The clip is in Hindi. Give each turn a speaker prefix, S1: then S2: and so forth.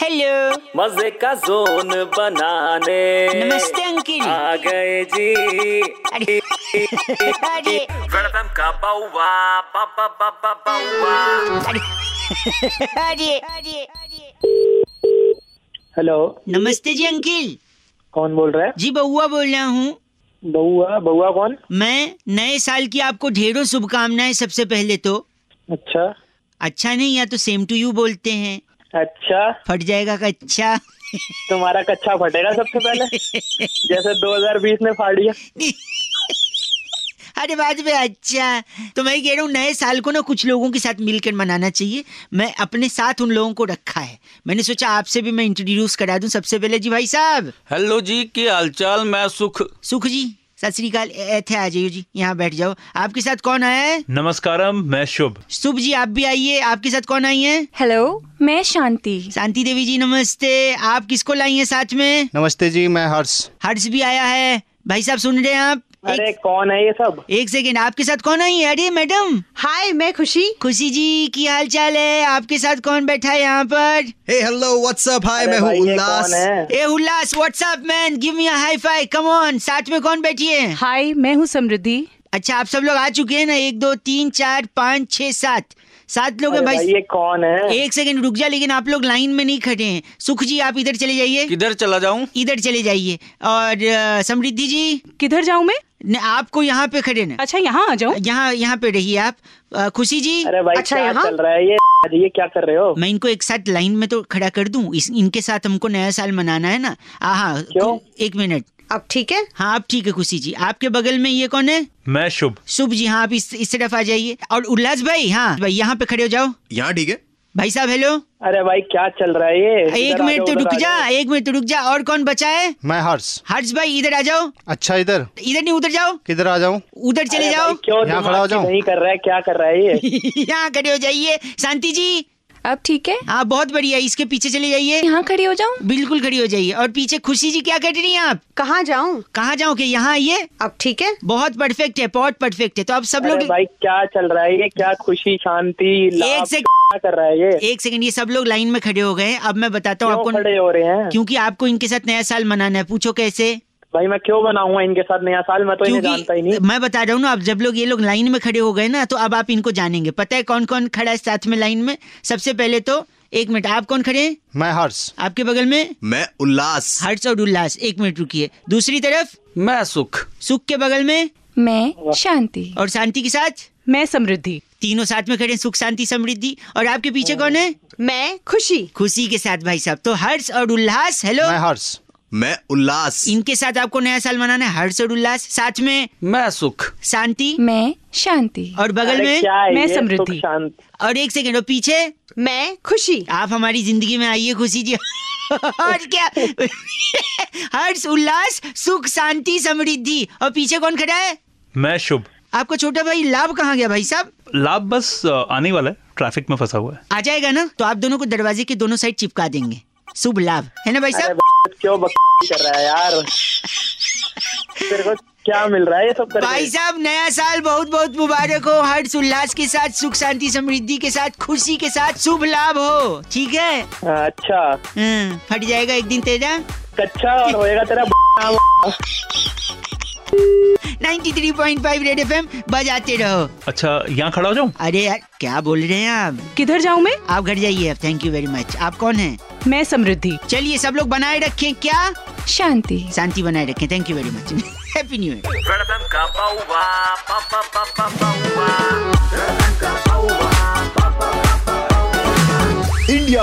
S1: हेलो
S2: मजे का जोन बनाने
S1: नमस्ते अंकिल
S2: आ गए जी
S1: अरे अरे
S2: वेलकम का बाउवा बाबा बाबा बाउवा
S1: अरे अरे
S3: हेलो
S1: नमस्ते जी अंकिल
S3: कौन बोल रहा है
S1: जी बउआ बोल रहा हूँ
S3: बउआ बउआ कौन
S1: मैं नए साल की आपको ढेरों शुभकामनाएं सबसे पहले तो
S3: अच्छा
S1: अच्छा नहीं या तो सेम टू यू बोलते हैं
S3: अच्छा
S1: फट जाएगा का अच्छा
S3: तुम्हारा कच्चा फटेगा सबसे पहले जैसे 2020 में फाड़ दिया
S1: अरे बाद में अच्छा तो मैं कह रहा हूँ नए साल को ना कुछ लोगों के साथ मिलकर मनाना चाहिए मैं अपने साथ उन लोगों को रखा है मैंने सोचा आपसे भी मैं इंट्रोड्यूस करा दूं सबसे पहले जी भाई साहब
S4: हेलो जी की हालचाल मैं सुख
S1: सुख जी सत श्रीकाल ऐथे आ जाइयो जी यहाँ बैठ जाओ आपके साथ कौन आया है
S4: नमस्कारम मैं शुभ
S1: शुभ जी आप भी आइए आपके साथ कौन आई है
S5: हेलो मैं शांति
S1: शांति देवी जी नमस्ते आप किसको लाई हैं साथ में
S6: नमस्ते जी मैं हर्ष
S1: हर्ष भी आया है भाई साहब सुन रहे हैं आप
S3: अरे
S1: एक,
S3: कौन है ये सब
S1: एक सेकेंड आपके साथ कौन आई है अरे मैडम
S7: हाय मैं खुशी
S1: खुशी जी की हाल चाल है आपके साथ कौन बैठा है यहाँ पर
S6: हे हेलो व्हाट्सअप हाय
S3: अरे
S6: मैं हूँ
S3: भाई, ये
S6: उल्लास
S3: कौन है
S1: ए Ullas what's up man give me high five come on साथ में कौन बैठी है
S5: हाय मैं हूँ समृद्धि
S1: अच्छा आप सब लोग आ चुके हैं ना एक दो तीन चार पाँच छः सात सात लोग हैं
S3: अरे भाई
S1: भाई
S3: ये कौन है
S1: एक सेकंड रुक जा लेकिन आप लोग लाइन में नहीं खड़े हैं सुख जी आप इधर चले जाइए
S4: किधर चला जाऊं
S1: इधर चले जाइए और अ, समृद्धि जी
S5: किधर जाऊँ मैं
S1: न, आपको यहाँ पे खड़े ना
S5: अच्छा यहाँ आ जाऊँ
S1: यहाँ यहाँ पे रहिए आप अ, खुशी जी
S3: अरे भाई
S7: अच्छा,
S3: क्या
S7: यहाँ?
S3: चल रहा है ये अरे ये क्या कर रहे हो
S1: मैं इनको एक साथ लाइन में तो खड़ा कर दूं इस इनके साथ हमको नया साल मनाना है ना हाँ
S3: क्यों?
S1: एक मिनट
S7: अब ठीक है
S1: हाँ आप ठीक है खुशी जी आपके बगल में ये कौन है
S4: मैं शुभ
S1: शुभ जी हाँ आप इस, इस तरफ आ जाइए और उल्लास भाई हाँ भाई यहाँ पे खड़े हो जाओ
S6: यहाँ ठीक है
S1: भाई साहब हेलो
S3: अरे भाई क्या चल रहा है ये
S1: एक
S3: इधर आ
S1: मिनट
S3: जाओ,
S1: तो
S3: उधर
S1: रुक
S3: आ
S1: जा
S3: जाओ।
S1: एक मिनट तो रुक जा और कौन बचा है
S6: मैं हर्ष
S1: हर्ष भाई इधर आ जाओ
S6: अच्छा इधर
S1: इधर नहीं उधर जाओ
S6: किधर आ जाऊँ
S1: उधर चले
S3: अरे
S1: जाओ
S3: भाई, क्यों
S6: यहाँ
S3: दिमाग
S6: खड़ा हो जाऊं?
S3: नहीं कर रहा है क्या कर रहा है ये
S1: यहाँ खड़े हो जाइए शांति जी
S5: अब ठीक है
S1: हाँ बहुत बढ़िया इसके पीछे चले जाइए
S5: यहाँ खड़ी हो जाऊँ
S1: बिल्कुल खड़ी हो जाइए और पीछे खुशी जी क्या कर रही हैं आप
S7: कहाँ जाऊँ
S1: कहाँ जाओ के यहाँ आइए
S7: अब ठीक है
S1: बहुत परफेक्ट है बहुत परफेक्ट है तो आप सब
S3: अरे
S1: लोग
S3: भाई क्या चल रहा है ये क्या खुशी शांति लाभ
S1: सेकंड।
S3: क्या कर रहा है ये
S1: एक सेकंड ये सब लोग लाइन में खड़े हो गए हैं। अब मैं बताता हूँ
S3: क्यों खड़े
S1: आपको
S3: हो रहे हैं
S1: क्योंकि आपको इनके साथ नया साल मनाना है पूछो कैसे
S3: भाई मैं क्यों बनाऊंगा इनके साथ नया साल मैं तो इन्हें जानता ही नहीं
S1: क्योंकि मैं बता रहा हूँ ना अब जब लोग ये लोग लाइन में खड़े हो गए ना तो अब आप इनको जानेंगे पता है कौन कौन खड़ा है साथ में लाइन में सबसे पहले तो एक मिनट आप कौन खड़े हैं
S6: मैं हर्ष
S1: आपके बगल में
S6: मैं उल्लास
S1: हर्ष और उल्लास एक मिनट रुकिए दूसरी तरफ
S4: मैं सुख
S1: सुख के बगल में
S5: मैं शांति
S1: और शांति के साथ
S5: मैं समृद्धि
S1: तीनों साथ में खड़े हैं, सुख शांति समृद्धि और आपके पीछे कौन है
S7: मैं खुशी
S1: खुशी के साथ भाई साहब तो हर्ष और उल्लास हेलो
S6: मैं हर्ष मैं उल्लास
S1: इनके साथ आपको नया साल मनाना है हर्ष और उल्लास साथ में
S4: मैं सुख
S1: शांति
S5: मैं शांति
S1: और बगल
S3: अरे
S1: में
S3: क्या है
S5: मैं
S3: ये? सुख
S5: समृद्धि।
S3: शांति
S1: और एक सेकेंड और पीछे
S7: मैं खुशी
S1: आप हमारी जिंदगी में आइए खुशी जी और क्या हर्ष उल्लास सुख शांति समृद्धि और पीछे कौन खड़ा है
S8: मैं शुभ
S1: आपका छोटा भाई लाभ कहाँ गया भाई साहब
S8: लाभ बस अ, आने वाला है ट्रैफिक में फंसा हुआ है
S1: आ जाएगा ना तो आप दोनों को दरवाजे के दोनों साइड चिपका देंगे शुभ लाभ है ना भाई साहब
S3: क्यों बक कर रहा है यार तेरे को क्या मिल रहा है ये सब करके?
S1: भाई साहब नया साल बहुत बहुत मुबारक हो हर्ष उल्लास के साथ सुख शांति समृद्धि के साथ खुशी के साथ शुभ लाभ हो ठीक है
S3: हाँ, अच्छा
S1: हाँ, फट जाएगा एक दिन तेरा
S3: कच्चा और होएगा तेरा नाम।
S1: 93.5 रेड एफएम बजाते रहो
S8: अच्छा यहाँ खड़ा हो जाऊँ
S1: अरे यार क्या बोल रहे हैं आप
S5: किधर जाऊँ मैं
S1: आप घर जाइए अब थैंक यू वेरी मच आप कौन हैं
S5: मैं समृद्धि
S1: चलिए सब लोग बनाए रखें क्या
S5: शांति
S1: शांति बनाए रखें thank you very much happy new year
S2: welcome का बाउवा बाबा बाबा बाउवा
S9: इंडिया